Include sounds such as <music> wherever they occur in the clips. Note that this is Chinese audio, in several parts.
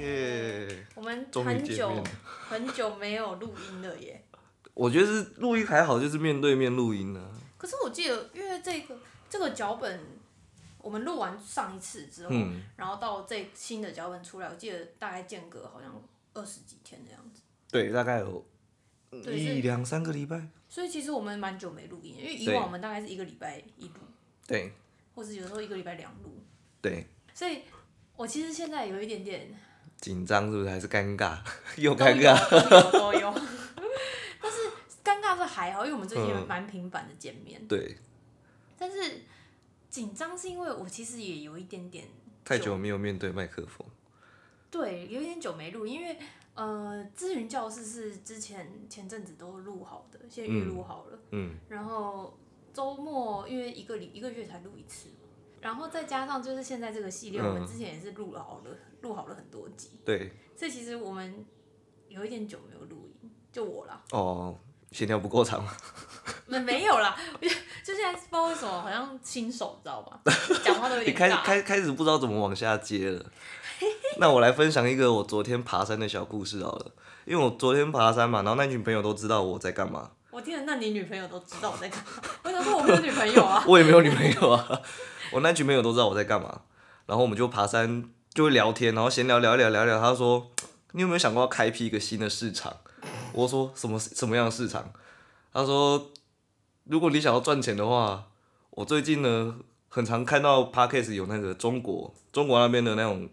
耶！啊我们终于很见久面了很久没有录音了耶。我觉得是录音还好，就是面对面录音啊呢、可是我记得，因为这个这个脚本，我们录完上一次之后，嗯，然后到这新的脚本出来，我记得大概间隔好像二十几天的样子。对，大概有对是一两三个礼拜。所以其实我们蛮久没录音，因为以对往我们大概是一个礼拜一录，对或是有时候一个礼拜两录。对，所以我其实现在有一点 <laughs> 点紧张是不是？还是尴尬？ <laughs> 又都尴有尬。都有都有， <laughs> 但是尴尬是还好，因为我们最近嗯蛮频繁的见面。对，但是紧张是因为我其实也有一点点太久没有面对麦克风。对，有一点久没录，因为呃，咨询教室是之前前阵子都录好的，先预录好了，嗯，然后周末因为一个礼一个月才录一次嘛，然后再加上就是现在这个系列，嗯我们之前也是录了好了，录好了很多集，对。所以其实我们有一点久没有录音，就我啦，哦，闲聊不够长吗？没没有啦， <laughs> 就现在不知道为什么好像新手，你知道吧？讲话都有 <laughs> 你点开尬。开开始不知道怎么往下接 <laughs> 了。那我来分享一个我昨天爬山的小故事好了，因为我昨天爬山嘛，然后那群朋友都知道我在干嘛，我天啊，那你女朋友都知道我在干嘛？ <laughs> 我想说我没有女朋友啊。我也没有女朋友啊，我那群朋友都知道我在干嘛，然后我们就爬山，就会聊天，然后闲聊聊一聊聊一聊，他说你有没有想过要开辟一个新的市场？我说什么什么样的市场？他说如果你想要赚钱的话，我最近呢很常看到 podcast 有那个中国中国那边的那种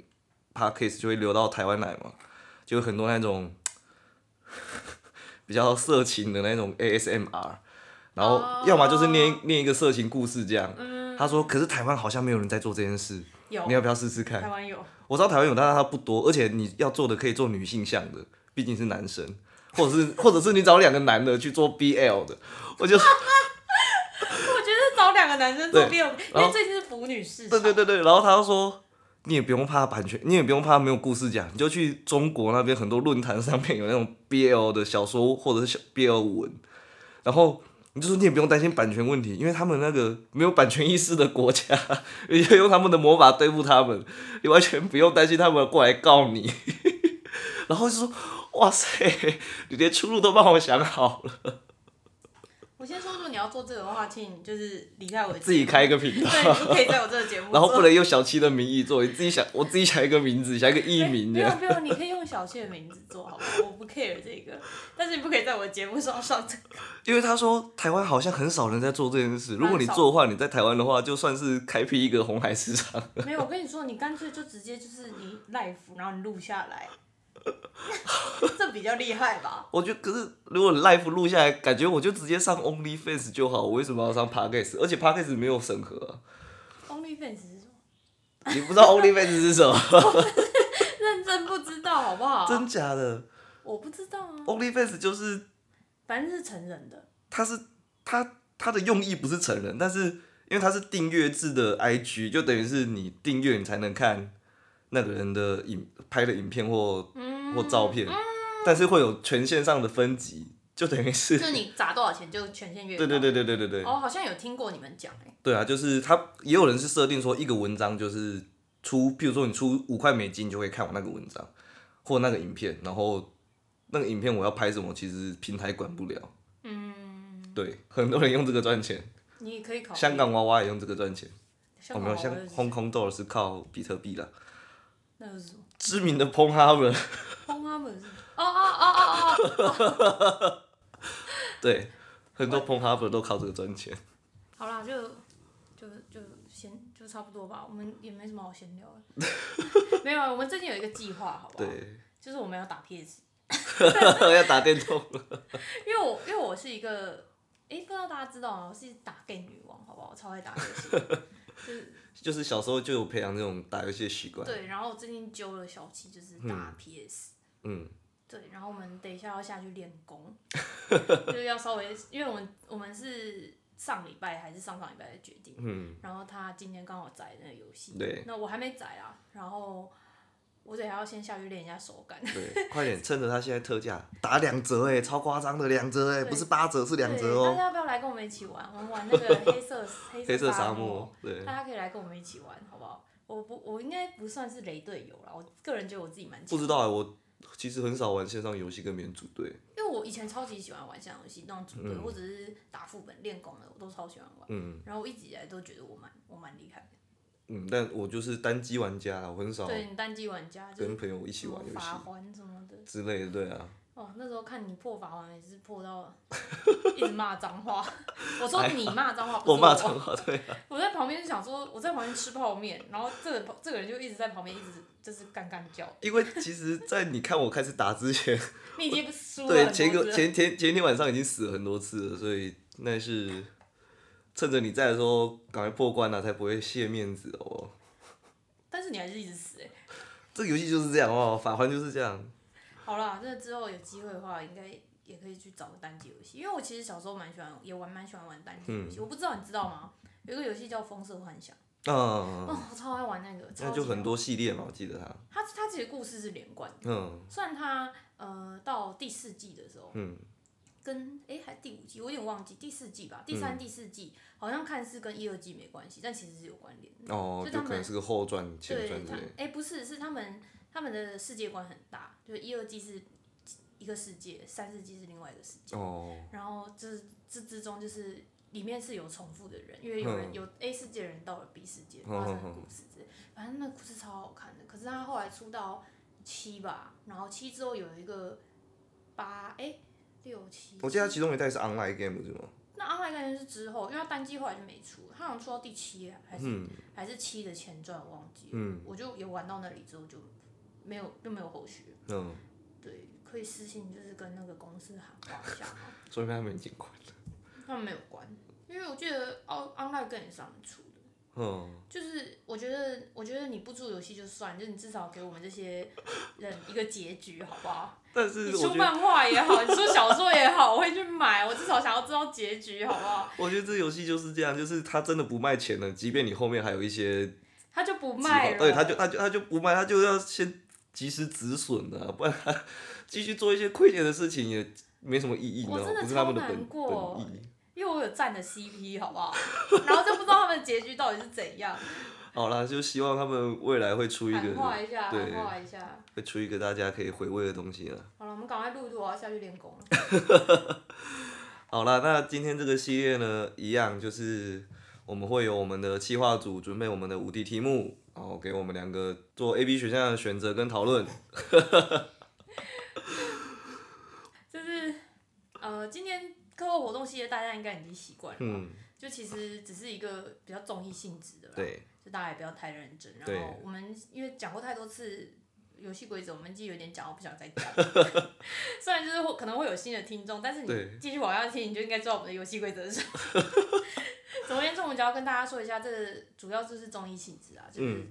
podcast 就会流到台湾来嘛，就有很多那种 <laughs> 比较色情的那种 ASMR。然后，哦要么就是念念一个色情故事这样。他说：“可是台湾好像没有人在做这件事，嗯有你要不要试试看台？”湾有， <laughs> 我知道台湾有，但是它不多，而且你要做的可以做女性向的，毕竟是男生，或者是或者是你找两个男的去做 BL 的，我就我觉得找两个男生做对 B，因然为后最近是腐女市对场。对对对，然后他就说。你也不用怕版权，你也不用怕没有故事讲，你就去中国那边很多论坛上面有那种 BL 的小说或者是小 BL 文，然后你就说你也不用担心版权问题，因为他们那个没有版权意识的国家，也用他们的魔法对付他们，你完全不用担心他们过来告你。 <laughs> 然后就说哇塞，你连出路都帮我想好了，我先说，如果你要做这个的话，请你就是离开我的节目自己开一个频道。对，你不可以在我这个节目做。然后不能用小七的名义做，你自己想，我自己想一个名字，想一个艺名没这有样。没有，没有你可以用小谢的名字做好吧，我不 care 这个，但是你不可以在我的节目上上这个。因为他说台湾好像很少人在做这件事，蛮如果你做的话，你在台湾的话，就算是开辟一个红海市场。 <laughs> 没有，我跟你说，你干脆就直接就是你 live，然后你录下 <laughs> 来，这比较厉害吧？我觉得，可是如果 live 录下来，感觉我就直接上 OnlyFans 就好，我为什么要上 Podcast？而且 Podcast 没有审核、啊， OnlyFans 是什么？你不知道 <laughs> OnlyFans 是什么？认真不知道好不好？真假的我不知道啊， ？OnlyFans 就是反正是成人的。它是它它的用意不是成人，但是因为它是订阅制的 IG，就等于是你订阅你才能看那个人的影拍的影片或嗯，或照片，但是会有权限上的分级，就等于 <laughs> 是就是你砸多少钱就权限越对对对。对对对对对、哦，好像有听过你们讲哎、对啊，就是他也有人是设定说一个文章就是出，譬如说你出五块美金，你就会看我那个文章或那个影片，然后那个影片我要拍什么，其实平台管不了。嗯，对，很多人用这个赚钱，你可以考虑香，港娃娃也用这个赚钱。哦香我港没有好香像是 Hong Kong Door 是靠比特币啦，那个是什么？知名的 p o n h u b 轰他们是哦哦哦哦哦，对，很多 p o n h u b 都靠这个赚钱。好啦，就就就先就差不多吧，我们也没什么好闲聊的。 <laughs> 没有啊，我们最近有一个计划，好不好？对， <laughs> 就是我们要打 PS，要打电动了。因为我因为我是一个，哎、不知道大家知道吗？我是打 game 女王，好不好？我超爱打游戏， <laughs> 就是就是小时候就有培养这种打游戏的习惯。对。然后我最近揪了小七，就是打 PS，、嗯，对，然后我们等一下要下去练功， <laughs> 就是要稍微，因为我们我们是上礼拜还是上上礼拜的决定，嗯，然后他今天刚好载那个游戏，对，那我还没载啊，然后我等一下要先下去练一下手 <laughs> 感，对，快点，趁着它现在特价打两折哎，超夸张的两折哎，对不是八折是两对，折大哦，家要不要来跟 <laughs> 我们一起玩？我们玩那个黑色黑黑色色沙漠漠，对大家可以来跟我们一起玩，好不好？我不，我应该不算是雷队友啦。我个人觉得我自己蛮不强，知道哎、我其实很少玩线上游戏跟别人组队，因为我以前超级喜欢玩像游戏那种组队、或者是打副本练功的，我都超喜欢玩。嗯然后我一直以来都觉得我蛮我蛮厉害的。嗯，但我就是单机玩家啦，我很少对你单机玩家就是哦跟朋友一什起么玩游戏法环什么的，之类的，对啊，哦，那时候看你破法环也是破 <laughs> 到一直骂脏话。我说你骂脏 <laughs> 哦话，不是我骂脏话，对啊，我在旁边就想说，我在旁边吃泡面，然后这个这个人就一直在旁边一直就是干干叫，因为其实，在你看我开始打之 <laughs> 前，你已经输了对很多前一次个了前前前一天晚上已经死了很多次了，所以那是趁着你在的时候赶快破关了、啊才不会泄面子哦。但是你还是一直死哎、这个游戏就是这样哦，法环就是这样。好啦，这之后有机会的话，应该也可以去找个单机游戏，因为我其实小时候蛮喜欢，也玩蛮喜欢玩单机游戏。我不知道你知道吗？有一个游戏叫《风色幻想》，嗯，哦，我超爱玩那个，超那级就很多系列嘛，我记得它。它它其实故事是连贯的，嗯虽然它呃到第四季的时候，嗯，跟哎、还第五季，我有点忘记第四季吧，第嗯三、第四季好像看似跟一二季没关系，但其实是有关联的。哦就，他就们可能是个后传、前对，传之他类的。哎、不是，是他们他们的世界观很大，就是一二季是一个世界，三四季是另外一个世界，哦，然后这这之中就是里面是有重复的人，因为有人、嗯有 A 世界的人到了 B 世界嗯发生的嗯嗯故事之类，反正那故事超好看的。可是他后来出到七吧，然后七之后有一个八哎、六七，我记得它其中一代是 online game 是吗？那阿坏感觉是之后，因为他单机后来就没出，他好像出到第七还是、还是七的前传，我忘记了。嗯我就有玩到那里之后就没有就没有后续了。嗯，对，可以私信就是跟那个公司喊话一下嘛，说明他们已经关了。他们没有关，因为我记得奥 online 更也是他们出的。嗯，就是我觉得，我觉得你不出游戏就算，就你至少给我们这些人一个结局，好不好？但你 <laughs> 是出我觉得，漫画也好，你出小说也好，我会去买，我至少想要知道结局，好不好？我觉得这游戏就是这样，就是它真的不卖钱了，即便你后面还有一些计他就不卖划，了，对，它就它就它就不卖，它就要先及时止损啊，不然它 <laughs> 继续做一些亏钱的事情也没什么意义，你知我道真吗？的不是他们的超本难过本意。因为我有站的 CP，好不好？ <laughs> 然后就不知道他们的结局到底是怎样，好啦，就希望他们未来会出一喊话个一下，喊对话一下。会出一个大家可以回味的东西了。好了，我们赶快录一录，我要下去练功了。好啦，那今天这个系列呢，一样就是我们会有我们的企划组准备我们的五题题目，然后给我们两个做 A、B 选项的选择跟讨论。就是呃，今天课后活动系列大家应该已经习惯了，嗯，就其实只是一个比较综艺性质的啦，对，就大家也不要太认真。然对后我们因为讲过太多次。游戏规则我们记有点讲，我不想再讲。 <laughs> 虽然就是会可能会有新的听众，但是对你继续往下听，你就应该知道我们的游戏规则是什么。 <laughs> 总而言之，我们只要跟大家说一下，这个主要就是综艺性质啊，就是嗯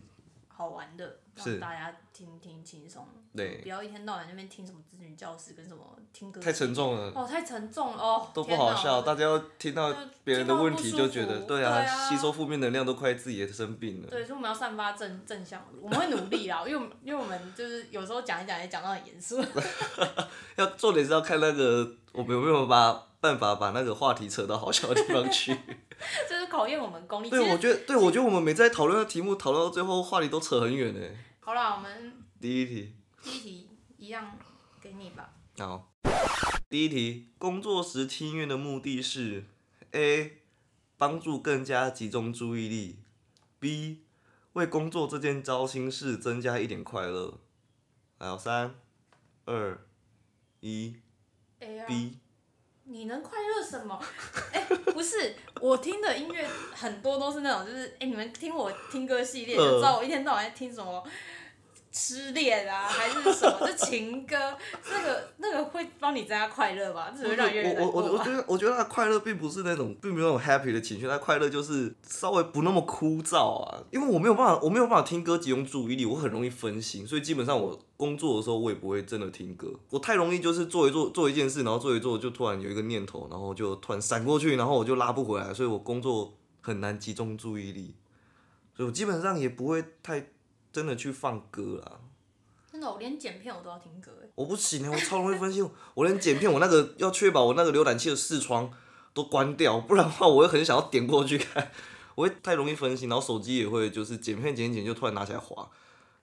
好玩的，让是大家听听轻松。对不要一天到晚那边听什么咨询教室跟什么听歌。太沉重了，哦，太沉重了哦，都不天哪好笑，大家要听到别人的问听题到不就舒服觉得，对对啊，啊吸收负面能量都快自己也生病了。对，所以我们要散发正正向，我们会努力啦，因为我们因 <laughs> 为我们就是有时候讲一讲也讲到很严肃， <laughs> 要重点是要看那个我们有没有把办法把那个话题扯到好笑的地方 <laughs> 去。就是考验我们功力。其对，我实觉得，对我觉得我们每次在讨论的题目，讨论到最后话题都扯很远呢。好啦，我们第一题，第一题一样给你吧。好，第一题，工作时听音乐的目的是：A. 帮助更加集中注意力；B. 为工作这件糟心事增加一点快乐。还有三、二、一、哎呀， B。你能快乐什么？ <laughs> 哎、不是，我听的音乐很多都是那种，就是哎、你们听我听歌系呃列，就知道我一天到晚在听什么失恋 <laughs> 啊，还是什么，就情歌，那个那个会帮你增加快乐吧？只会让你越来越我难我我过我吧觉。得我觉得他的快乐并不是那种并没有那种 happy 的情绪，他快乐就是稍微不那么枯燥啊。因为我没有办法，我没有办法听歌集中注意力，我很容易分心，所以基本上我工作的时候我也不会真的听歌。我太容易就是做一做做一件事，然后做一做就突然有一个念头，然后就突然闪过去，然后我就拉不回来，所以我工作很难集中注意力，所以我基本上也不会太真的去放歌啦。真的，我连剪片我都要听歌，哎我不行啊，我超容易分心。我连剪片，我那个要确保我那个浏览器的视窗都关掉，不然的话，我会很想要点过去看。 <laughs> 我会太容易分心，然后手机也会就是剪片剪一剪就突然拿起来滑，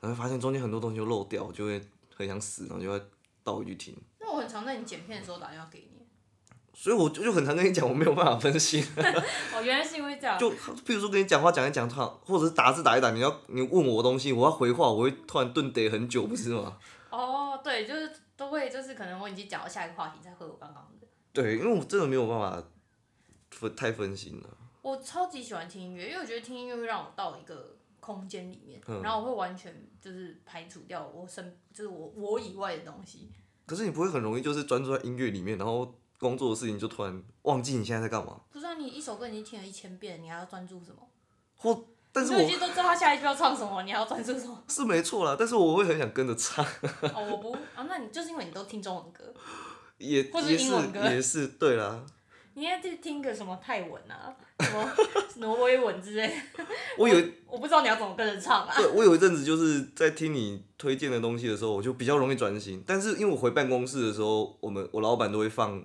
然后发现中间很多东西就漏掉，我就会很想死，然后就会倒回去听。那我很常在你剪片的时候打电话给你。欸所以我就就很常跟你讲，我没有办法分心。 <laughs> 哦，原来是因为这样。就譬如说跟你讲话讲一讲，突然或者是打字打一打，你要你问我东西，我要回话，我会突然顿得很久，不是吗？哦，对，就是都会，就是可能我已经讲到下一个话题，再回我刚刚的。对，因为我真的没有办法分太分心了。我超级喜欢听音乐，因为我觉得听音乐会让我到一个空间里面，嗯然后我会完全就是排除掉我身，就是我我以外的东西。可是你不会很容易就是专注在音乐里面，然后工作的事情就突然忘记你现在在干嘛？不知道你一首歌已经听了一千遍，你还要专注什么？或但是你都已我经都知道他下一句要唱什么，你还要专注什 <laughs> 么？是没错啦，但是我会很想跟着唱，哦，我不啊，那你就是因为你都听中文歌，也或是也英是文歌也是对啦。你应该去听个什么泰文啊，什么 <laughs> 挪威文之类的。我有我不知道你要怎么跟着唱啊。对，我有一阵子就是在听你推荐的东西的时候，我就比较容易专心。但是因为我回办公室的时候，我们我老板都会放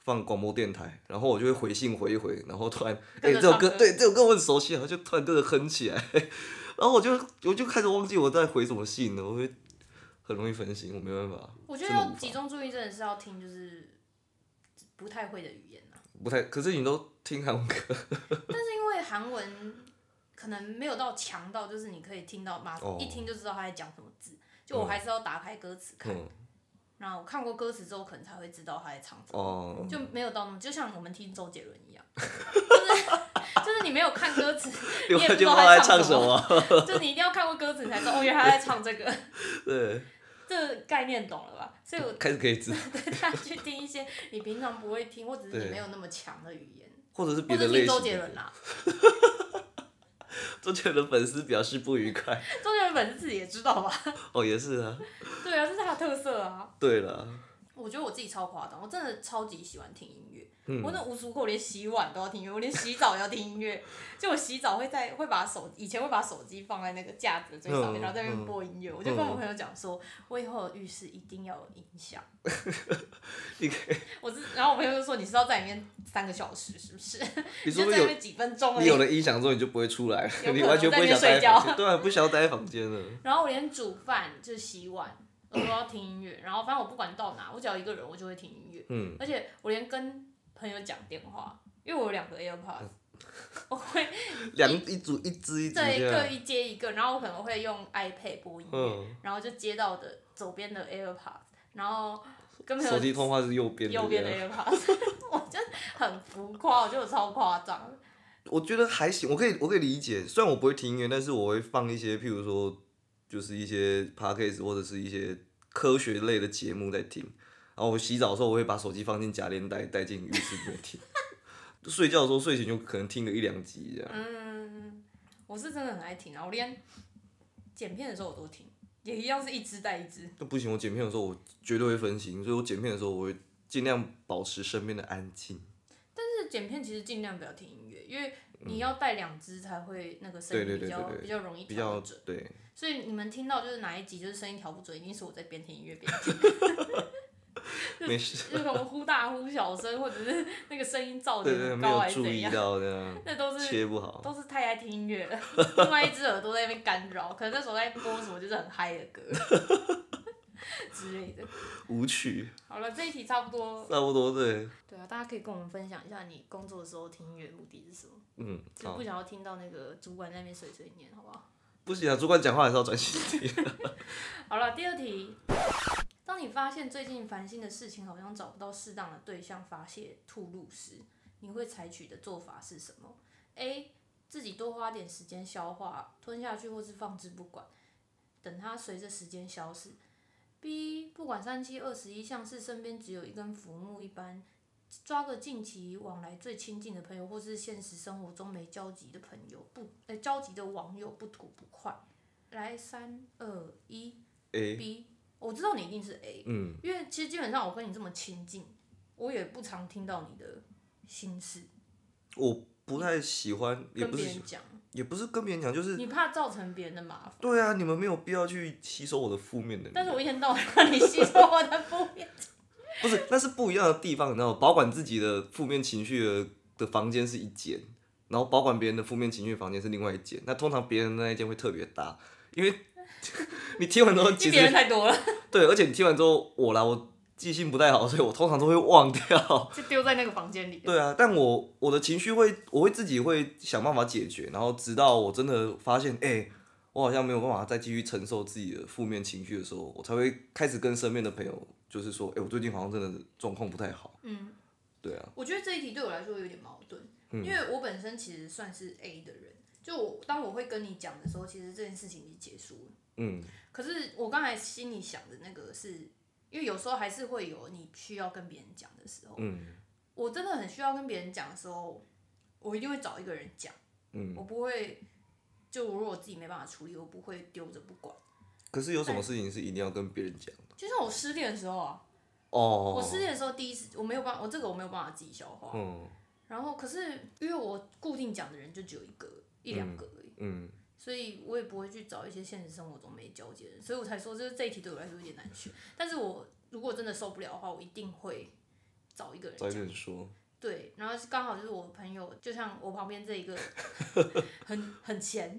放广播电台，然后我就会回信回一回，然后突然哎、跟着这首唱歌歌对这首歌我很熟悉，啊然后就突然跟着哼起来， <laughs> 然后我就我就开始忘记我在回什么信了，我会很容易分心，我没办法，我觉得真的要无法集中注意，真的是要听就是不太会的语言啊。不太。可是你都听韩文歌，但是因为韩文可能没有到强到，就是你可以听到马上哦一听就知道他在讲什么字。就我还是要打开歌词看，嗯那、我看过歌词之后，可能才会知道他在唱什么，哦，就没有到那么，就像我们听周杰伦一样， <laughs> 就是就是你没有看歌词， <laughs> 另你也外不知就道不知道在他唱唱什什么么，啊就你一定要看过歌词，你才知道哦，原来他在唱这个， <laughs> 对，这个概念懂了吧？所以我开始可以知，带 <laughs> 他去听一些你平常不会听，或者是对你没有那么强的语言。或者是别或的者类听型的周歌。杰伦啊啦，周杰伦粉丝表示不愉快。 <laughs> 周杰伦粉丝自己也知道吧？ <laughs> 哦，也是啊。对啊，这是他的特色啊。对了，我觉得我自己超夸张，我真的超级喜欢听音乐。嗯我那无时无刻我连洗碗都要听音乐，我连洗澡也要听音乐。 <laughs> 就我洗澡会在会把手以前会把手机放在那个架子的最上面，嗯然后在那边嗯播音乐。我就跟我朋友讲说，我以后的浴室一定要有音响。你可以，我是，然后我朋友就说你是要在里面三个小时是不 <laughs> 是？你你说就在不是那有边几分钟而你有已。了音响之后，你就不会出来了有，可你能完全不会想在那边睡待在觉房间，对啊，不想要待在房间了。然后我连煮饭就是洗碗，我都要听音乐。然后反正我不管到哪，我只要一个人，我就会听音乐。嗯，而且我连跟朋友讲电话，因为我有两个嗯 AirPods，我会两一组一只一只对这各样。一接一个，然后我可能会用 iPad 播音乐，嗯，然后就接到我的左边的 AirPods，然后跟朋手友机啊通话是右边的。右边的 AirPods，我 <laughs> 就很浮夸，我觉得我超夸张。我觉得还行，我可以我可以理解。虽然我不会听音乐，但是我会放一些，譬如说，就是一些 podcast 或者是一些科学类的节目在听。然后我洗澡的时候，我会把手机放进夹链袋，带进浴室里面听。 <laughs> 睡觉的时候，睡前就可能听个一两集这样。嗯，我是真的很爱听，啊然后我连剪片的时候我都听，也一样是一支带一支。那不行，我剪片的时候我绝对会分心，所以我剪片的时候我会尽量保持身边的安静。但是剪片其实尽量不要听音乐，因为你要带两支才会那个声音对嗯对比对较对对比较容易比调较整。对，所以你们听到就是哪一集就是声音调不准，一定是我在边听音乐边听， <laughs> 没事，就是什么忽大忽小声，或者是那个声音噪对点对，很没高有还是注怎意样， <laughs> 到这样，那都是切不好。都是太爱听音乐 <laughs> 了，另外一只耳朵在那边干扰，可能那时候在播什么就是很嗨的 <laughs> 歌之类的。舞曲好了，这一题差不多。差不多对，对啊，大家可以跟我们分享一下你工作的时候听音乐的目的是什么，嗯，就好不，想要听到那个主管在那边碎碎念，好不好？不行啊，主管讲话还是要专心 <laughs> 听。好了，第二题。当你发现最近烦心的事情好像找不到适当的对象发泄吐露时，你会采取的做法是什么？A. 自己多花点时间消化，吞下去或是放置不管，等它随着时间消失。B. 不管三七二十一，像是身边只有一根浮木一般，抓个近期往来最亲近的朋友，或是现实生活中没交集的朋友，不，呃，交集的网友不吐不快。来，三二一。 A， B，我知道你一定是 A，嗯，因为其实基本上我跟你这么亲近，我也不常听到你的心事我不太喜欢，也跟不别是人喜讲，也不是跟别人讲，就是你怕造成别人的麻烦。对啊，你们没有必要去吸收我的负面能但是量。我一天到晚让你吸收我的负 <laughs> 面，不是，那是不一样的地方，你知道吗？保管自己的负面情绪的的房间是一间，然后保管别人的负面情绪房间是另外一间。那通常别人的那一间会特别大，因为你听完之后，其因为别人实太多了， <laughs> 对，而且你听完之后，我啦，我记性不太好，所以我通常都会忘掉。就丢在那个房间里。对啊，但我我的情绪会，我会自己会想办法解决，然后直到我真的发现，哎、我好像没有办法再继续承受自己的负面情绪的时候，我才会开始跟身边的朋友，就是说，哎、我最近好像真的状况不太好。嗯，对啊，我觉得这一题对我来说有点矛盾，嗯因为我本身其实算是 A 的人，就我当我会跟你讲的时候，其实这件事情已经结束了。嗯可是我刚才心里想的那个是，因为有时候还是会有你需要跟别人讲的时候，嗯我真的很需要跟别人讲的时候，我一定会找一个人讲，嗯。我不会。就如果我自己没办法处理，我不会丢着不管。可是有什么事情是一定要跟别人讲的？就像我失恋的时候啊，哦，我失恋的时候第一次我没有办法，我这个我没有办法自己消化。嗯然后可是因为我固定讲的人就只有一个一两个而已，嗯，所以我也不会去找一些现实生活中没交集的人，所以我才说就是这一题对我来说有点难选。但是我如果真的受不了的话，我一定会找一个人早一讲。点说。 <laughs> 对，然后是刚好就是我朋友，就像我旁边这一个很很钱，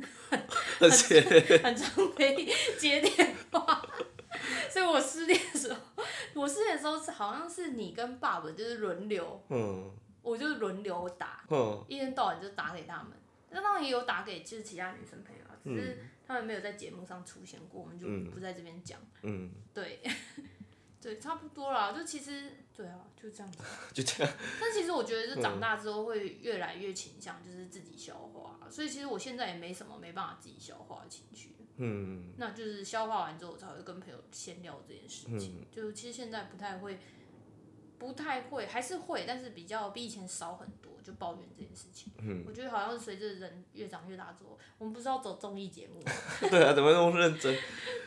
而且，很常被接电话。所以我失恋的时候，我失恋的时候是好像是你跟爸爸就是轮流，嗯我就是轮流打，哼，一天到晚就打给他们。那当然也有打给就是其他女生朋友啊，只是他们没有在节目上出现过，我们就嗯不在这边讲。嗯，对， <laughs> 对，差不多啦。就其实对啊，就这样子。 <laughs> 就这样。嗯但其实我觉得，就长大之后会越来越倾向就是自己消化，啊所以其实我现在也没什么没办法自己消化的情绪。嗯 <laughs> 那就是消化完之后，我才会跟朋友闲聊这件事嗯情。就其实现在不太会，不太会，还是会，但是比较比以前少很多，就抱怨这件事情。嗯，我觉得好像随着人越长越大之后，我们不是要走综艺节目吗， <laughs> 对啊，怎么那么认真？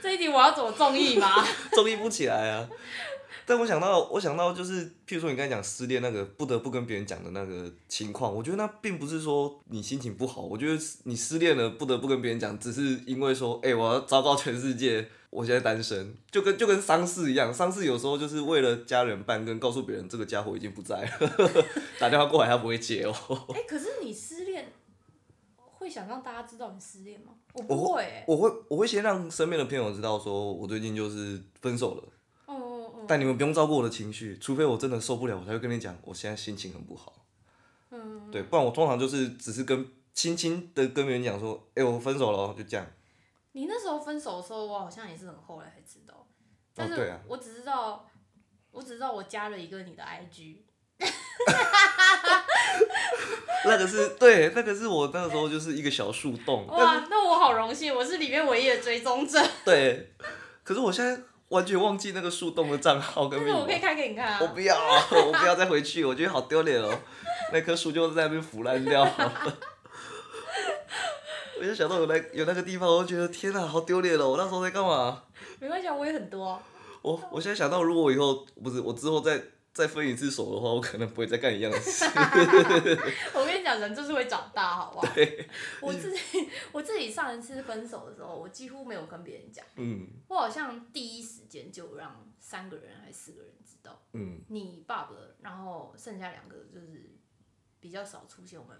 这一题我要走综艺吗？中立不起来啊。但我想到，我想到就是，譬如说你刚才讲失恋那个不得不跟别人讲的那个情况，我觉得那并不是说你心情不好，我觉得你失恋了不得不跟别人讲，只是因为说，哎、我要昭告全世界，我现在单身，就跟就跟丧事一样，丧事有时候就是为了家人办，跟告诉别人这个家伙已经不在了， <laughs> 打电话过来他不会接哦。 <laughs> 哎、可是你失恋会想让大家知道你失恋吗？我我不会、欸，我会我会先让身边的朋友知道，说我最近就是分手了，哦哦哦，但你们不用照顾我的情绪，除非我真的受不了，我才会跟你讲，我现在心情很不好。嗯，对，不然我通常就是只是跟轻轻的跟别人讲说，哎、我分手了哦，就这样。你那时候分手的时候，我好像也是很后来才知道，但哦对是啊我只知道，我只知道我加了一个你的 IG，那个是对，那个是我那个时候就是一个小树洞，嗯但哇，那我好荣幸，我是里面唯一的追踪者，是对，可是我现在完全忘记那个树洞的账号跟但密是 <laughs> 我码可。以开给你看啊，我不要，我不要再回去，我觉得好丢脸哦。那棵树就在那边腐烂掉了。 <laughs> 我就想到有那有那个地方，我就觉得天哪、好丢脸哦！我那时候在干嘛？没关系，啊，我也很多啊，我我现在想到，如果我以后不是我之后再再分一次手的话，我可能不会再干一样的事。我跟你讲，人就是会长大，好不好？我自己我自己上一次分手的时候，我几乎没有跟别人讲，嗯我好像第一时间就让三个人还是四个人知道，嗯你爸爸，然后剩下两个就是比较少出现，我们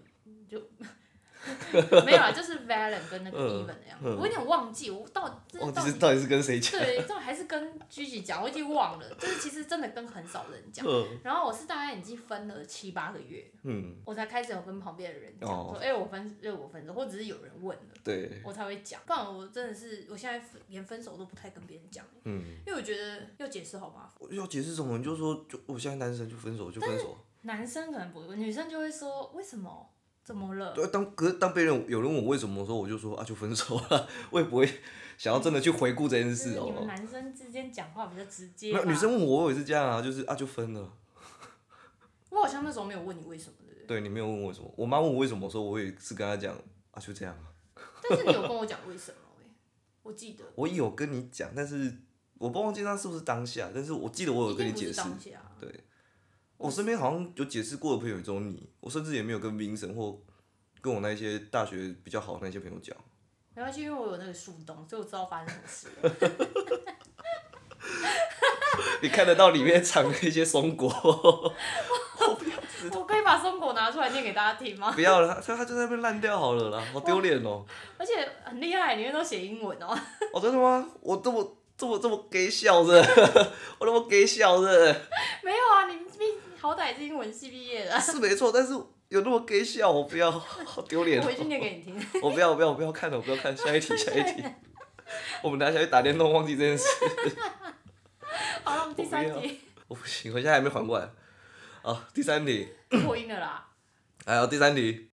<laughs> 就没有啦，就是 Valen 跟那个嗯 Even 的样子，嗯我有点忘记，我到这我到这底是到底是跟谁讲？对，这还是跟居居讲，我已经忘了，就是其实真的跟很少人讲。嗯然后我是大概已经分了七八个月，嗯，我才开始有跟旁边的人讲哦说，哎、我分，哎，我分手，或者是有人问了，对，我才会讲。不然我真的是，我现在连分手都不太跟别人讲，嗯，因为我觉得要解释好麻烦。我要解释什么？你就说就我现在单身就分手就分手。男生可能不会，女生就会说为什么？怎么了？对，啊当可是当被人有人问我为什么的时候，我就说啊就分手 <laughs> 了，我也不会想要真的去回顾这件就事是你们哦。男生之间讲话比较直接吧。没有女生问我，我也是这样啊，就是啊就分了。我好像那时候没有问你为什么，对不 <laughs> 对？对你没有问我为什么，我妈问我为什么的时候，我也是跟她讲啊就这样啊。但是你有跟我讲为什么、哎，我记得。我有跟你讲，但是我不忘记那是不是当下，但是我记得我有跟你一定解不是释。当下啊，对，我身边好像有解释过的朋友，只有你。我甚至也没有跟 Vincent 或跟我那一些大学比较好的那些朋友讲。没关系，因为我有那个树洞，所以我知道发生什么 <laughs> 事了。你看得到里面藏的一些松果， <laughs> 我可以把把松果拿出来念给大家听吗？ <laughs> 不要了，他他就在那边烂掉好了啦，好丢脸哦！而且很厉害，里面都写英文哦。 <laughs> 哦，真的吗？我这么这么这么给笑的，我那么给笑的，没有啊，你你好歹是英文系毕 <laughs> 业的，啊是没错，但是有那么给笑，我不要，好丢脸、我哦回！去念给你听。 <laughs> <laughs> 我不要，我不要，我不要看了，我不要看，下一题，下一题。我们等一下去打电动，忘记这件事，好了，我们第三我不题我不行，我现在还没缓过来。啊，第三题。 <laughs> 破音了啦。还有第三题，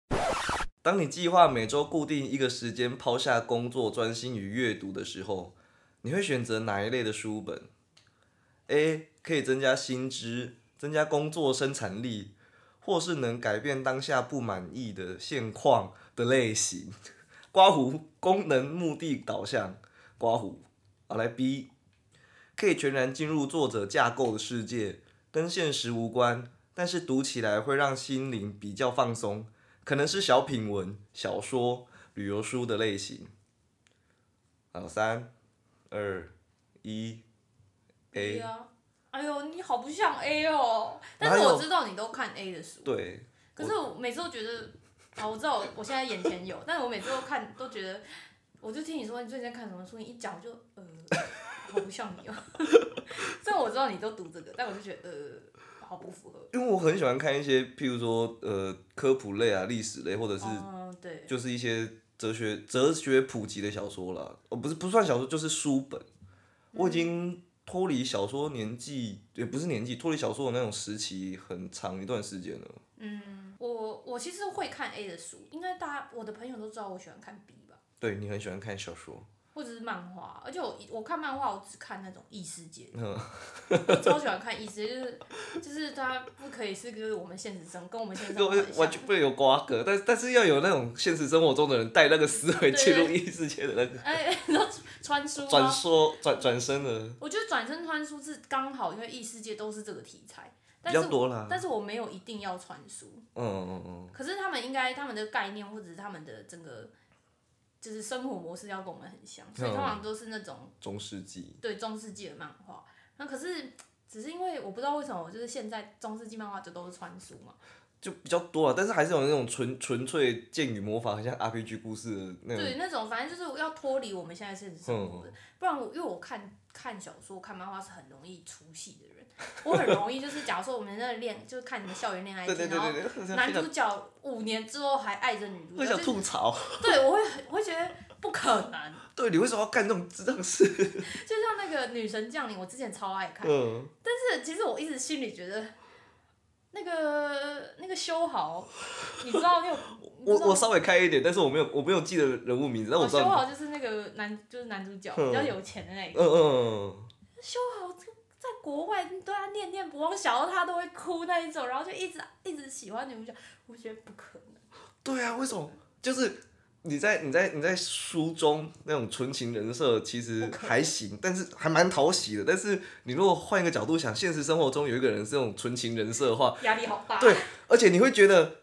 当你计划每周固定一个时间抛下工作，专心于阅读的时候，你会选择哪一类的书本？A 可以增加薪资，增加工作生产力，或是能改变当下不满意的现况的类型。刮胡功能目的导向，刮胡。好，来 B，可以全然进入作者架构的世界，跟现实无关，但是读起来会让心灵比较放松，可能是小品文、小说、旅游书的类型。好，三、二、一对，A。啊。哎呦，你好不像 A 哦！但哪有是我知道你都看 A 的书，对，可是我每次都觉得，啊，我知道我我现在眼前有，但我每次都看都觉得，我就听你说你最近在看什么书，你一讲我就呃，好不像你哦。 <laughs> 虽然我知道你都读这个，但我就觉得呃，好不符合。因为我很喜欢看一些，譬如说呃科普类啊、历史类，或者是嗯，对，就是一些哲学哲学普及的小说啦，哦，不是不算小说，就是书本。我已经脱离小说年纪，也不是年纪，脱离小说的那种时期很长一段时间了。我我其实会看 A 的书，应该大家我的朋友都知道我喜欢看 B 吧，对你很喜欢看小说，或者是漫画，而且我我看漫画我只看那种异世界，嗯， <laughs> 我超喜欢看异世界，就是就是它不可以是就是我们现实中跟我们现实就中很完像，全不能有瓜葛，但但是要有那种现实生活中的人带那个思维进入异世界的那个哎， <laughs> 然后穿书转啊，说转转身的我觉得转身穿书是刚好，因为异世界都是这个题材，比但是较多啦。但是我没有一定要穿书，嗯嗯嗯，可是他们应该他们的概念或者是他们的整个就是生活模式要跟我们很像，所以嗯通常都是那种中世纪对中世纪的漫画。那可是只是因为我不知道为什么，我就是现在中世纪漫画就都是穿书嘛，就比较多啊，但是还是有那种纯纯粹剑与魔法，很像 RPG 故事的那种对那种反正就是要脱离我们现在现实生嗯活的，不然我因为我看看小说、看漫画是很容易出戏的人，我很容易就是假如说我们在恋就是看你们校园恋爱对剧，对对然后对对，很像男非常主角五年之后还爱着女主会角，想就吐槽，对我会我会觉得不可能。对，你为什么要干这种智障事？ <laughs> 就像那个《女神降临》，我之前超爱看，嗯，但是其实我一直心里觉得，那个那个修豪， <laughs> 你知道那个我我稍微开一点，但是我没有我没有记得人物名字，但我知修道豪就是那个男就是男主角嗯比较有钱的那你，个，嗯嗯修豪就在国外对他念念不忘，想到他都会哭那一种，然后就一直一直喜欢女主角，我觉得不可能。嗯，对啊，为什么？就是你在你在你在书中那种纯情人设其实还行，但是还蛮讨喜的。但是你如果换一个角度想，现实生活中有一个人是这种纯情人设的话，压力好大，对，而且你会觉得。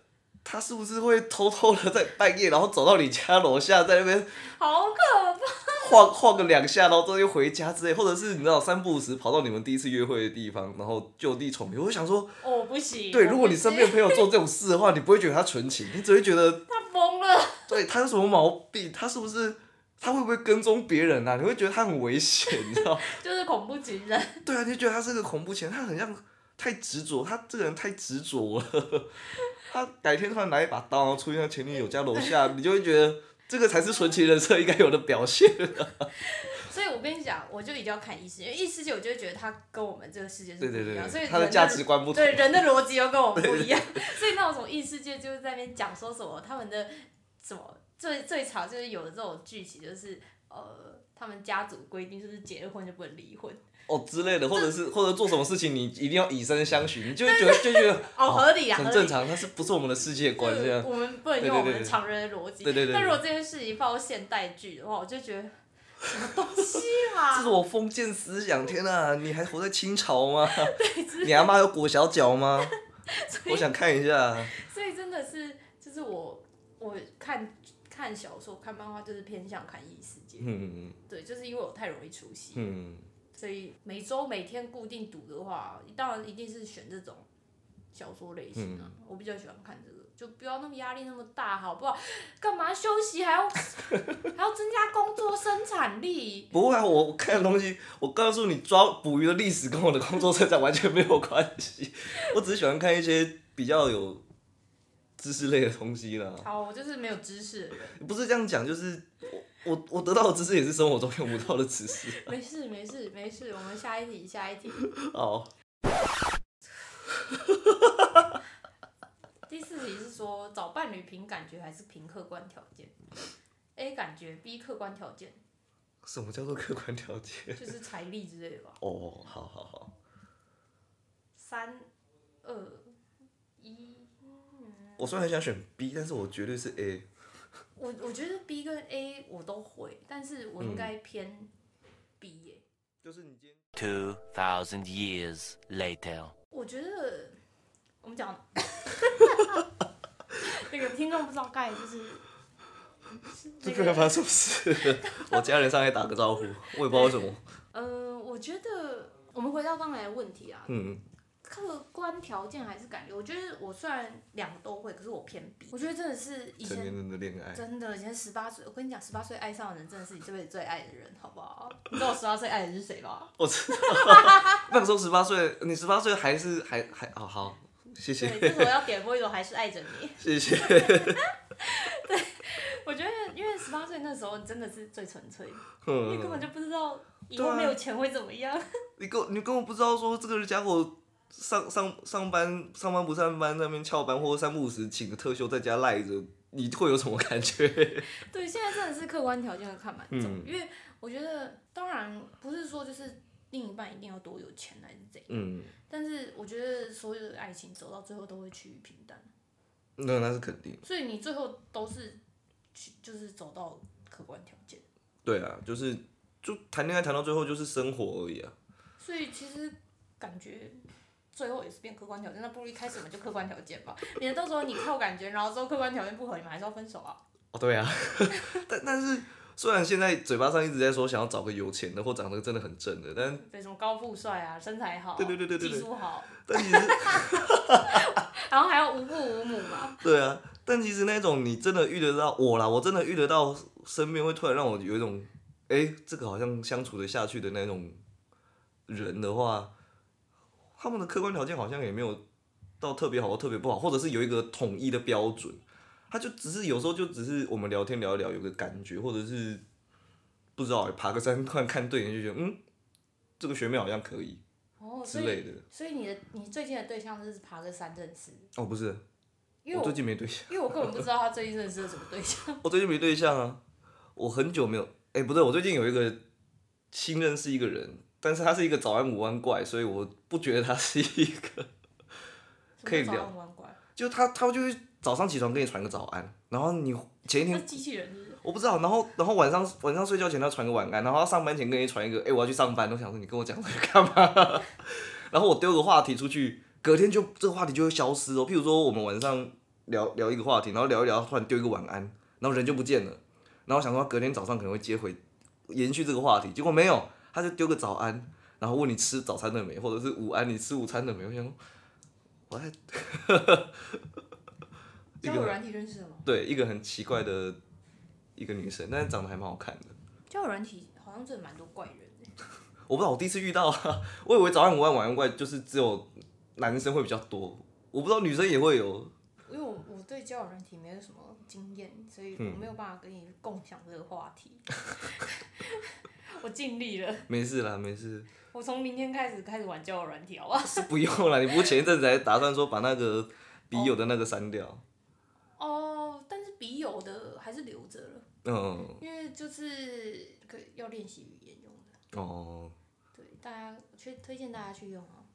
他是不是会偷偷的在半夜，然后走到你家楼下，在那边好可怕！晃 <laughs> 晃个两下，然后之后又回家之类，或者是你知道三不五时跑到你们第一次约会的地方，然后就地重游。我想说，哦，我不行。对，我如果不你身行边的朋友做这种事的话，你不会觉得他纯情，你只会觉得他疯了，对他有什么毛病，他是不是他会不会跟踪别人啊？你会觉得他很危险，你知道？就是恐怖情人。对啊，你就觉得他是个恐怖情人，他很像太执着，他这个人太执着了。他改天突然拿一把刀，然后出现在前女友家楼下，你就会觉得这个才是纯情人设应该有的表 <laughs> 现。所以我跟你讲，我就一定要看异世界，因为异世界我就会觉得它跟我们这个世界是对不对一样，所以对，人他的价值观不同对。人的逻辑又跟我们不一样，所以那种什么异世界就是在那边讲说什么他们的什么最最常就是有的这种剧情就是呃他们家族规定就是结了婚就不能离婚，哦之类的，或者是或者做什么事情你一定要以身相许，你就会觉得就觉得哦合理啊，很合正理。常，但是不是我们的世界观就这是样。我们不能对用对我们对的对常人的逻辑，对对对但如对果这件事情放到现代剧的话，我就觉得什么东西啊？这是我封建思想，天哪、你还活在清朝吗？你阿妈有裹小脚吗？我想看一下，所以真的是，就是我我看看小说、看漫画，就是偏向看异世界。嗯对，就是因为我太容易出戏，嗯，所以每周每天固定读的话，当然一定是选这种小说类型啊，我比较喜欢看这个，就不要那么压力那么大，好不好？干嘛休息还要 <laughs> 还要增加工作生产力？不会啊，我我看的东西，我告诉你，抓捕鱼的历史跟我的工作成长完全没有关系。 <laughs> 我只是喜欢看一些比较有知识类的东西啦。好，我就是没有知识的人，不是这样讲，就是我我我得到的知识也是生活中用不到的知识。 <laughs> 没事没事没事，我们下一题下一题，哦，第四题是说找伴侣凭感觉还是凭客观条件？A 感觉，B 客观条件，什么叫做客观条件？就是财力之类的吧。哦，好好好，三二一，我虽然很想选 B，但是我绝对是 A。我我觉得 B 跟 A 我都会，但是我嗯应该偏 B 耶、就是你今天2,000 years later. 我觉得我们 <laughs> 讲，那个听众不知道该 <laughs> 就是这个发 <laughs> 生什么事？我家人上来打个招呼，我也不知道为什么。嗯，我觉得我们回到刚才的问题啊，嗯，客观条件还是感觉。我觉得我虽然两个都会，可是我偏 B。我觉得真的是以成年前人的恋爱，真的以前十八岁，我跟你讲，十八岁爱上的人真的是你这辈子最爱的人，好不好？你知道我十八岁爱的是谁吗？我 <laughs> 知道。那个时候十八岁，你十八岁还是还还哦好，对，谢谢这是我要点播一首《还是爱着你》。 <laughs> 谢 <laughs> 谢。我觉得，因为十八岁那时候你真的是最纯粹，因为根本嗯，就不知道以对后啊没有钱会怎么样。 <laughs> 你根你根本不知道说这个家伙上上上班上班不上班，在那边翘班或者三不五时请个特休在家赖着，你会有什么感觉？对，现在真的是客观条件看蛮重，嗯因为我觉得当然不是说就是另一半一定要多有钱还是怎样，嗯，但是我觉得所有的爱情走到最后都会趋于平淡，嗯那那是肯定。所以你最后都是去就是走到客观条件，对啊，就是就谈恋爱谈到最后就是生活而已啊。所以其实感觉。最后也是变客观条件，那不如一开始我们就客观条件吧，免得到时候你靠感觉，然后之后客观条件不合，你们还是要分手啊。哦，对啊， <laughs> 但但是虽然现在嘴巴上一直在说想要找个有钱的或长得真的很正的，但对，什么高富帅啊，身材好啊，对对对对对对技术好，但其实然后还要无父无母嘛，对啊，但其实那种你真的遇得到我啦，我真的遇得到身边会突然让我有一种，哎、这个好像相处得下去的那种人的话，他们的客观条件好像也没有到特别好或特别不好，或者是有一个统一的标准，他就只是有时候就只是我们聊天聊一聊有个感觉，或者是不知道、欸、爬个山突然看对眼就觉得嗯，这个学妹好像可以哦，之所以类的。所以你的你最近的对象就是爬个山认识，哦，不是，因为我我最近没对象。因为我根本不知道他最近认识的什么对象。我最近没对象啊，我很久没有，哎、不对，我最近有一个新认识一个人，但是他是一个早安午安怪，所以我不觉得他是一个， <laughs> 可以什聊么早安晚怪，就他他就会早上起床跟你传个早安，然后你前一那天机器人是不是我不知道，然后然后晚上晚上睡觉前他传个晚安，然后他上班前跟你传一个，哎、我要去上班，我想说你跟我讲这个干嘛？然后我丢个话题出去，隔天就这个话题就会消失哦。譬如说我们晚上聊聊一个话题，然后聊一聊，突然丢一个晚安，然后人就不见了。然后想说他隔天早上可能会接回延续这个话题，结果没有，他就丢个早安，然后问你吃早餐了没，或者是午安你吃午餐了没？我想说，我还一交个友人。软体认识的吗？对，一个很奇怪的一个女生，但是长得还蛮好看的。交友软体好像真的蛮多怪人的。我不知道，我第一次遇到啊， <laughs> 我以为早安、午安、晚安怪就是只有男生会比较多，我不知道女生也会有。因为我我对交友软体没有什么经验，所以我嗯没有办法跟你共享这个话题。 <laughs> 我尽力了，没事啦，没事，我从明天开始开始玩交友软体，好不好？是不用啦。你不是前一阵子还打算说把那个笔友的那个删掉？哦，但是笔友的还是留着了，嗯，因为就是可要练习语言用的。哦，对，大家我去推荐大家去用啊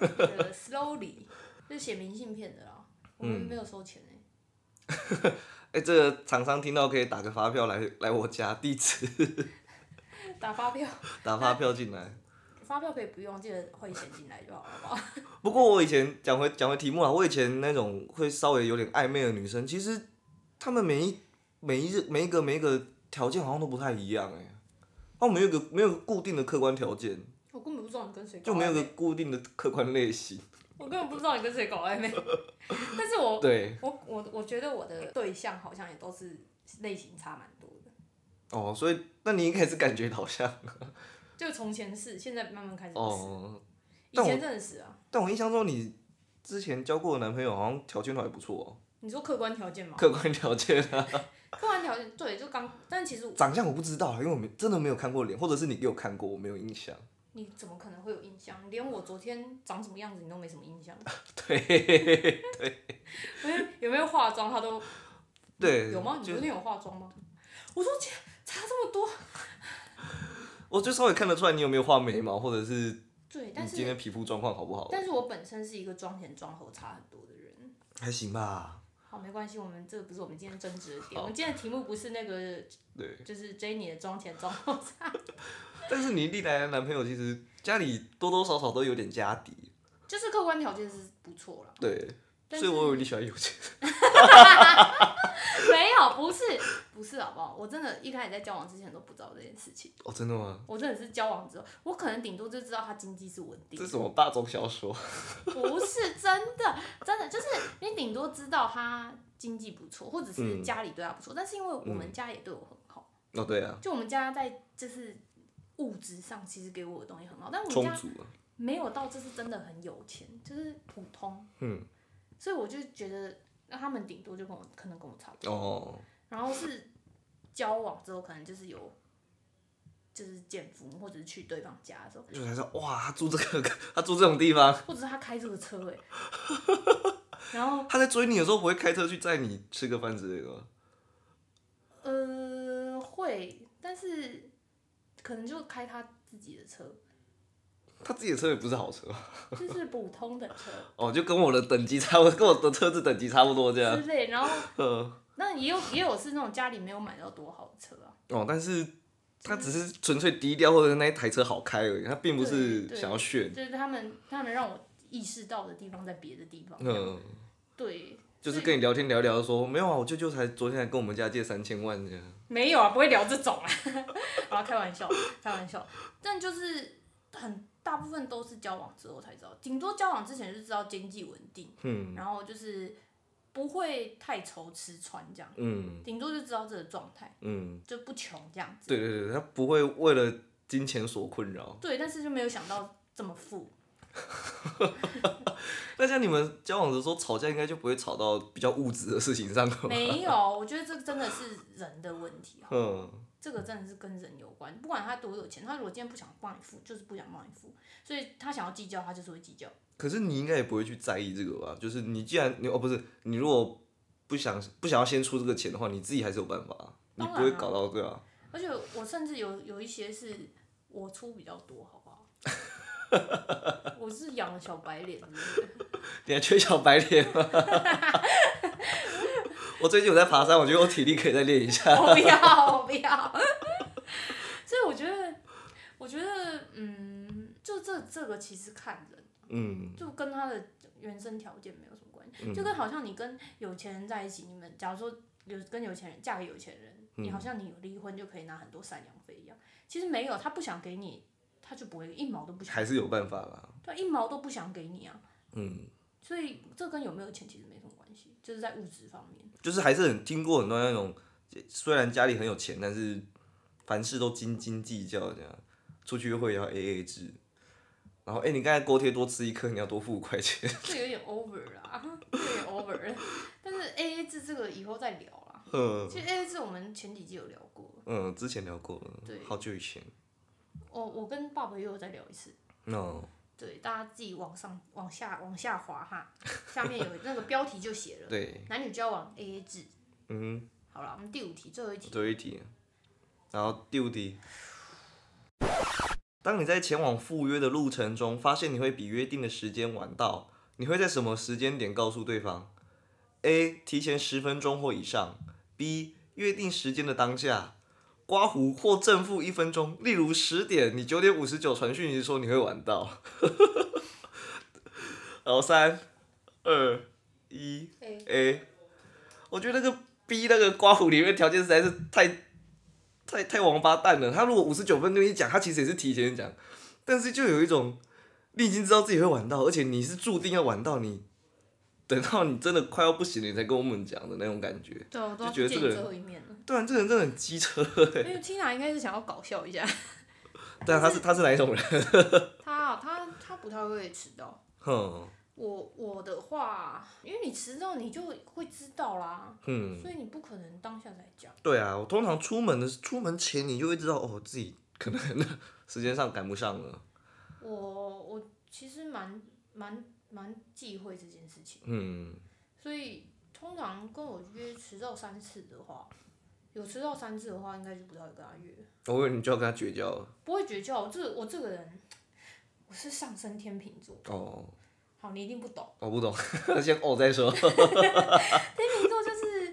呃，slowly <laughs> 就是写明信片的啦，我嗯们没有收钱哎、哎、这个厂商听到可以打个发票来来我家地址， <laughs> 欸打发票，打发票进来。发票可以不用，记得汇钱进来就好了，好不 <laughs> 好？不过我以前讲回讲回题目啊，我以前那种会稍微有点暧昧的女生，其实她们每一每一日每一个每一个条件好像都不太一样哎、欸，她们没有一个没有一个固定的客观条件，我根本不知道你跟谁搞就没有暧一个昧固定的客观类型。我根本不知道你跟谁搞 <laughs> 暧昧。但是我对，我我我觉得我的对象好像也都是类型差蛮多的，哦，所以那你应该是感觉导向就从前是，现在慢慢开始不是，哦。以但我前认识啊。但我印象中你之前交过的男朋友好像条件都还不错哦，你说客观条件吗？客观条件啊。客观条件对，就刚，但其实我长相我不知道，因为我没真的没有看过脸，或者是你给我看过，我没有印象。你怎么可能会有印象？连我昨天长什么样子你都没什么印象， <laughs> 对 <laughs> 有没有化妆他都对，有吗？你就昨天有化妆吗？我说切差这么多，我就稍微看得出来你有没有画眉毛，或者是对，但你今是天皮肤状况好不好？但是我本身是一个妆前妆后差很多的人。还行吧。好，没关系，我们这个不是我们今天争执的点。好我们今天的题目不是那个，对，就是 Jenny 的妆前妆后差， <laughs> 但是你历来的男朋友其实家里多多少少都有点家底，就是客观条件是不错啦。对，但所是以我以为你喜欢有钱。没有，不是，不是，好不好？我真的一开始在交往之前都不知道这件事情，哦，真的吗？我真的是交往之后，我可能顶多就知道他经济是稳定这是，什么霸总小说？不是真的，真的就是你顶多知道他经济不错，或者是嗯家里对他不错，但是因为我们家也对我很好，哦，对啊，就我们家在就是物质上其实给我的东西很好，但我们充家足啊。没有到就是真的很有钱，就是普通，嗯，所以我就觉得那他们顶多就跟我可能跟我差不多。哦，然后是交往之后，可能就是有就是见父母，或者是去对方家的时候，就才说哇，他住这个， <laughs> 他住这种地方，或者是他开这个车 <laughs> 哎、然后他在追你的时候不会开车去载你吃个饭之类的吗？呃会，但是可能就开他自己的车，他自己的车也不是好车就是普通的 <laughs> 车哦，就跟我的等级差不多，跟我的车子等级差不多这样之。类。然后呃，那也有也有是那种家里没有买到多好的车啊，哦，但是他只是纯粹低调，或者那一台车好开而已，他并不是对对想要炫。就是他们他们让我意识到的地方在别的地方。嗯，对，就是啊所以跟你聊天聊聊说，没有啊，我舅舅才昨天才跟我们家借三千万这样。没有啊，不会聊这种啊， <laughs> 好啊，开玩笑，开玩笑。但就是很大部分都是交往之后才知道，顶多交往之前就知道经济稳定，嗯然后就是不会太愁吃穿这样，嗯顶多就知道这个状态，嗯，就不穷这样子。对对对，他不会为了金钱所困扰。对，但是就没有想到这么富，那像你们交往的时候吵架，应该就不会吵到比较物质的事情上了吧？没有，我觉得这真的是人的问题哈，嗯，这个真的是跟人有关，不管他多有钱，他如果今天不想帮你付，就是不想帮你付，所以他想要计较，他就是会计较。可是你应该也不会去在意这个吧？就是你既然你哦不是你如果不想不想要先出这个钱的话，你自己还是有办法啊，你当然不会啊搞到对啊。而且我甚至有有一些是我出比较多，好不好？ <laughs> 我是养了小白脸之类的，你还缺小白脸 <laughs> 吗？我最近有在爬山，我觉得我体力可以再练一下。 <laughs> 我不要，我不要。所以我觉得，我觉得，嗯，就这这个其实看人，嗯，就跟他的原生条件没有什么关系，就跟好像你跟有钱人在一起，你们假如说有跟有钱人嫁给有钱人，你嗯好像你有离婚就可以拿很多赡养费一样，其实没有，他不想给你，他就不会一毛都不想，还是有办法啦。对，一毛都不想给你啊。嗯，所以这跟有没有钱其实没什么关系，就是在物质方面。就是还是很听过很多那种，虽然家里很有钱，但是凡事都斤斤计较这样，出去约会也要 A A 制。然后，哎、你刚才锅贴多吃一颗，你要多付五块钱。这有点 over 啦， <laughs> 这有点 over 了。但是 A A 制这个以后再聊啦。嗯其实 A A 制我们前几集有聊过，嗯，之前聊过了对，好久以前。我我跟爸爸又有再聊一次。嗯，对，大家自己往上、往下、往下滑哈，下面有那个标题就写了对， “男女交往 A A 制嗯”。好了，我们第五题，最后一哼，题，最后一题，然后第五题。当你在前往赴约的路程中，发现你会比约定的时间晚到，你会在什么时间点告诉对方？A. 提前十分钟或以上。B. 约定时间的当下，刮胡或正负一分钟。例如十点，你九点五十九传讯息说你会晚到。 <laughs> 然后三、二、一 A A。我觉得那个 B 那个刮胡里面条件实在是太太太王八蛋了。他如果五十九分跟你讲，他其实也是提前讲，但是就有一种你已经知道自己会晚到，而且你是注定要晚到你，等到你真的快要不行了，你才跟我们讲的那种感觉。对，我都要就觉得见这个人最后一面了。对啊，这个人真的很机车因哎、为 Tina 应该是想要搞笑一 <laughs> 下，但啊他是他是哪一种人？她啊，她她不太会迟到。哼，我我的话，因为你迟到你就会知道啦，嗯，所以你不可能当下才讲。对啊，我通常出门的出门前你就会知道哦，自己可能 <laughs> 时间上赶不上了。我我其实蛮蛮蛮忌讳这件事情，嗯，所以通常跟我约迟到三次的话，有迟到三次的话，应该就不太会跟他约，我以为你就要跟他绝交了。不会绝交。我这我这个人，我是上升天秤座，哦，好，你一定不懂。我不懂， <laughs> 先哦再说。天秤座就是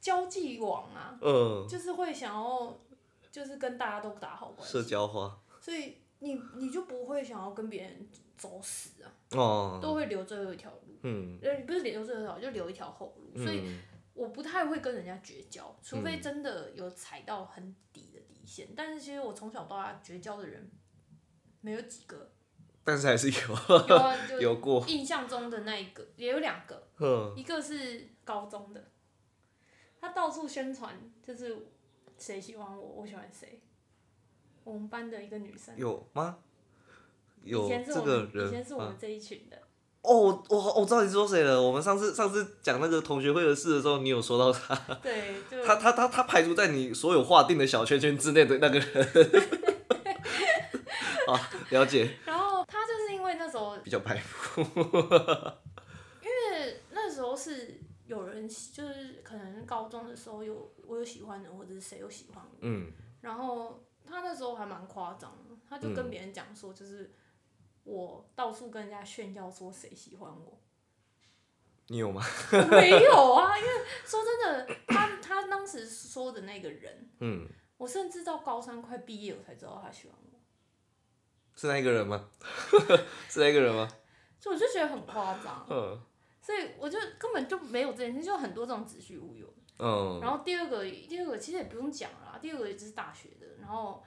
交际网啊，嗯，就是会想要，就是跟大家都打好关社系，交花。所以你你就不会想要跟别人走死啊，哦，都会留最后一条路，嗯呃，不是留最后一条，就留一条后路，所以嗯我不太会跟人家绝交，除非真的有踩到很底的底线。但是其实我从小到大绝交的人没有几 <laughs> 个，但是还是有有啊，就 <laughs> 有过。印象中的那一个也有两个，嗯，一个是高中的，他到处宣传就是谁喜欢我，我喜欢谁。我们班的一个女生，嗯有吗？以有前是这我个们以前人啊是我吗们？这一群 <laughs> 的，哦，我我我知道你说谁了。我们上次上次讲那个同学会的事的时候，你有说到他，对，就他他他他排除在你所有划定的小圈圈之内的那个人。 <laughs> 好，了解，然后他就是因为那时候比较排除。是那时候是有人喜，就是可能高中的时候有我有喜欢的人，或者是谁有喜欢我，嗯然后他那时候还蛮夸张的，他就跟别人讲说，就是我到处跟人家炫耀说谁喜欢我， <laughs> 你有吗？我没有啊，因为说真的，他他当时说的那个人，嗯，我甚至到高三快毕业我才知道他喜欢我，是那一个人吗？ <laughs> 是那一个人吗？所以我就觉得很夸张，嗯所以我就根本就没有这件事，就很多这种子虚乌有。嗯然后第二个，第二个其实也不用讲了啦，第二个也就是大学的。然后，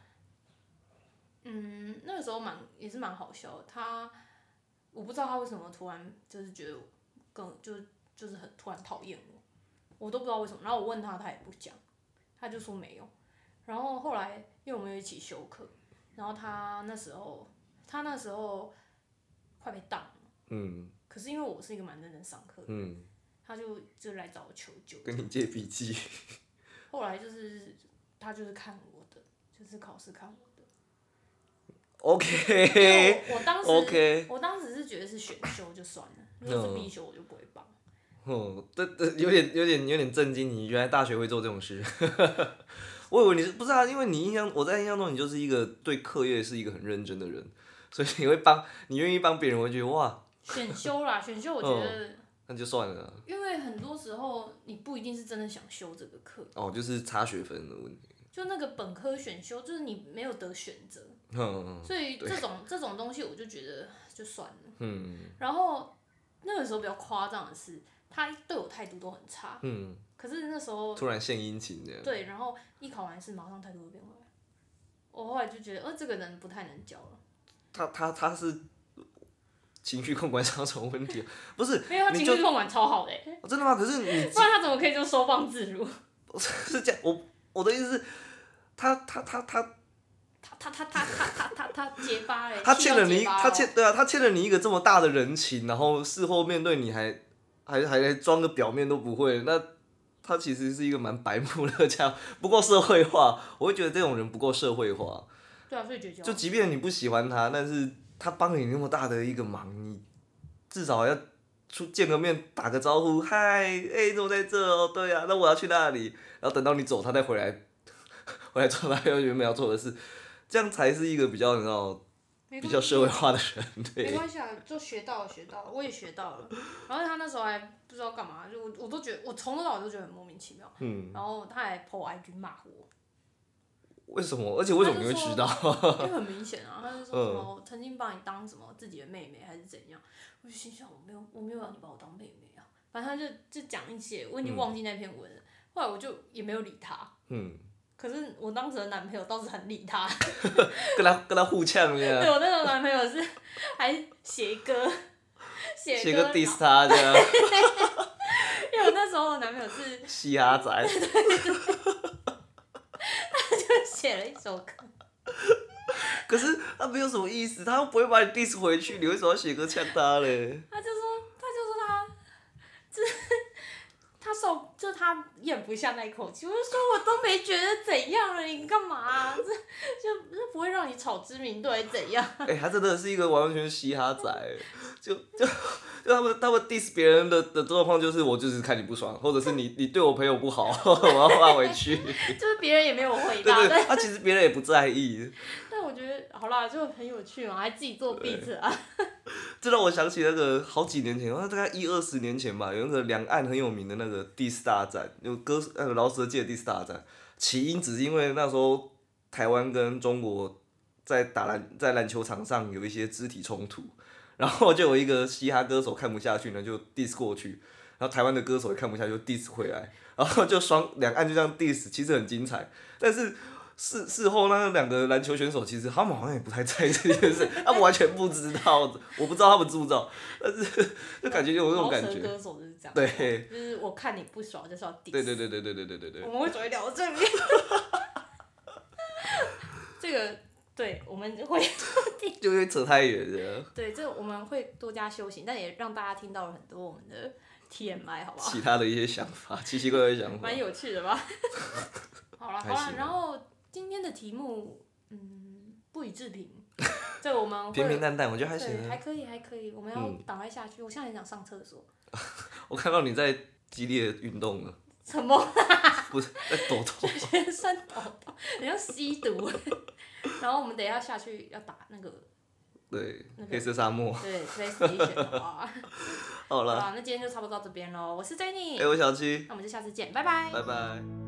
嗯，那个时候蛮也是蛮好笑的。他我不知道他为什么突然就是觉得我更就就是很突然讨厌我，我都不知道为什么。然后我问他，他也不讲，他就说没有。然后后来因为我们有一起修课，然后他那时候他那时候快被当了，嗯可是因为我是一个蛮认真上课的，嗯，他就就来找我求救。跟你借笔记。后来就是他就是看我的，就是考试看我的。因 <laughs> OK <laughs> 为我我当时 OK，我当时是觉得是选修就算了，如果是嗯必修我就不会报。哦，对对，有点有点有点震惊，你原来大学会做这种事。 <laughs> 我以为你是不是啊？因为你印象，我在印象中你就是一个对课业是一个很认真的人，所以你会帮，你愿意帮别人，我会觉得哇，选修啦，选修我觉得，那就算了啊。因为很多时候你不一定是真的想修这个课，哦，就是差学分的问题。就那个本科选修就是你没有得选择，嗯所以这种这种东西我就觉得就算了。嗯然后那个时候比较夸张的是，他对我态度都很差，嗯，可是那时候突然献殷勤这样。对，然后一考完试马上态度就变回来。我后来就觉得，呃，这个人不太能教了，他他他是情绪控管上什么问题啊？不是，因为他你情就绪控管超好的欸、哦真的吗？可是你不然他怎么可以就收放自如？ <laughs> 是这样，我我的意思是，他他他他他他他他他他他他结巴 <laughs> 嘞、他气欠到了你，结巴他咯欠对啊，他欠了你一个这么大的人情，然后事后面对你还还还还装个表面都不会，那他其实是一个蛮白目的这样，不够社会化。我会觉得这种人不够社会化，对啊，所以绝交就。即便你不喜欢他，但是他帮你那么大的一个忙，你至少要出见个面打个招呼，嗨，哎、你怎么在这哦？对啊，那我要去那里，然后等到你走，他再回来， <laughs> 回来做他原本要做的事，这样才是一个比较你知道。没比关较系社会化的人，没对，关系啊，就学到了，学到了，我也学到了。然后他那时候还不知道干嘛，就我我都觉得，我从头到尾都觉得很莫名其妙。嗯，然后他还 po IG 骂我，为什么？而且为什么你会知道？因为很明显啊，他就说嗯什么我曾经把你当什么自己的妹妹还是怎样，我就心想我没有我没有让你把我当妹妹啊，嗯反正他就就讲一些，我已经忘记那篇文了，后来我就也没有理他，嗯，可是我当时的男朋友倒是很理 <laughs> 他，跟他跟他互呛这对样，我那时候男朋友是还写歌，写写歌个 diss 他这样，因为我那时候我男朋友是嘻 <laughs> 哈仔，就写了一首歌，可是他没有什么意思，他又不会把你 diss 回去，你为什么要写歌呛他嘞？他就说，他就说他，就是他受，就他咽不下那一口气。我就说我都没觉得怎样了，你干嘛、啊 <laughs> 这就这不会让你炒知名度还是怎样？ <laughs> 哎、他真的是一个完完全全嘻哈仔，就就就他们他们 diss 别人的的状况就是我就是看你不爽，或者是你你对我朋友不好， <laughs> 我要骂回去。就是别人也没有回对答，对但他其实别人也不在意，但我觉得好啦，就很有趣嘛，还自己做壁纸啊。这让我想起那个好几年前，好像大概一二十年前吧，有那个两岸很有名的那个 diss 大战，有歌那个饶舌界的 diss 大战，起因只是因为那时候台湾跟中国在打篮在篮球场上有一些肢体冲突，然后就有一个嘻哈歌手看不下去呢，就 diss 过去，然后台湾的歌手也看不下去就 diss 回来，然后就双两岸就这样 diss，其实很精彩，但是。事事后那两个篮球选手其实他们好像也不太在意这件事，他们完全不知道，我不知道他们知不知道，但是就感觉有那种饶感舌觉，歌手就是这样，对，就是我看你不爽就是要 diss。对对对对对对对对对我。们为什么会聊到这边？ <laughs> 这个对，我们会就会扯太远了，对，这个我们会多加修行，但也让大家听到了很多我们的 TMI，好不好？ <laughs> 其他的一些想法， <laughs> 奇奇怪怪的想法蛮。有趣的 <laughs> 吧？好了好还行了啊，然后今天的题目，嗯，不予置 <laughs> 评，这我们会平平淡淡，我觉得还对，行还啊。可以还可以，我们要嗯赶快下去，我现在很想上厕所。 <laughs> 我看到你在激烈地运动 <laughs> 了，什么？不是在抖动。酸抖 <laughs> 抖，你要吸毒？ <laughs> 然后我们等一下下去要打那个对那，个黑色沙漠。 <laughs> 对 PlayStation 好不好？好好了，啦，那今天就差不多到这边喽。我是 Jenny，、哎，我小七，那我们就下次见，拜拜。拜拜。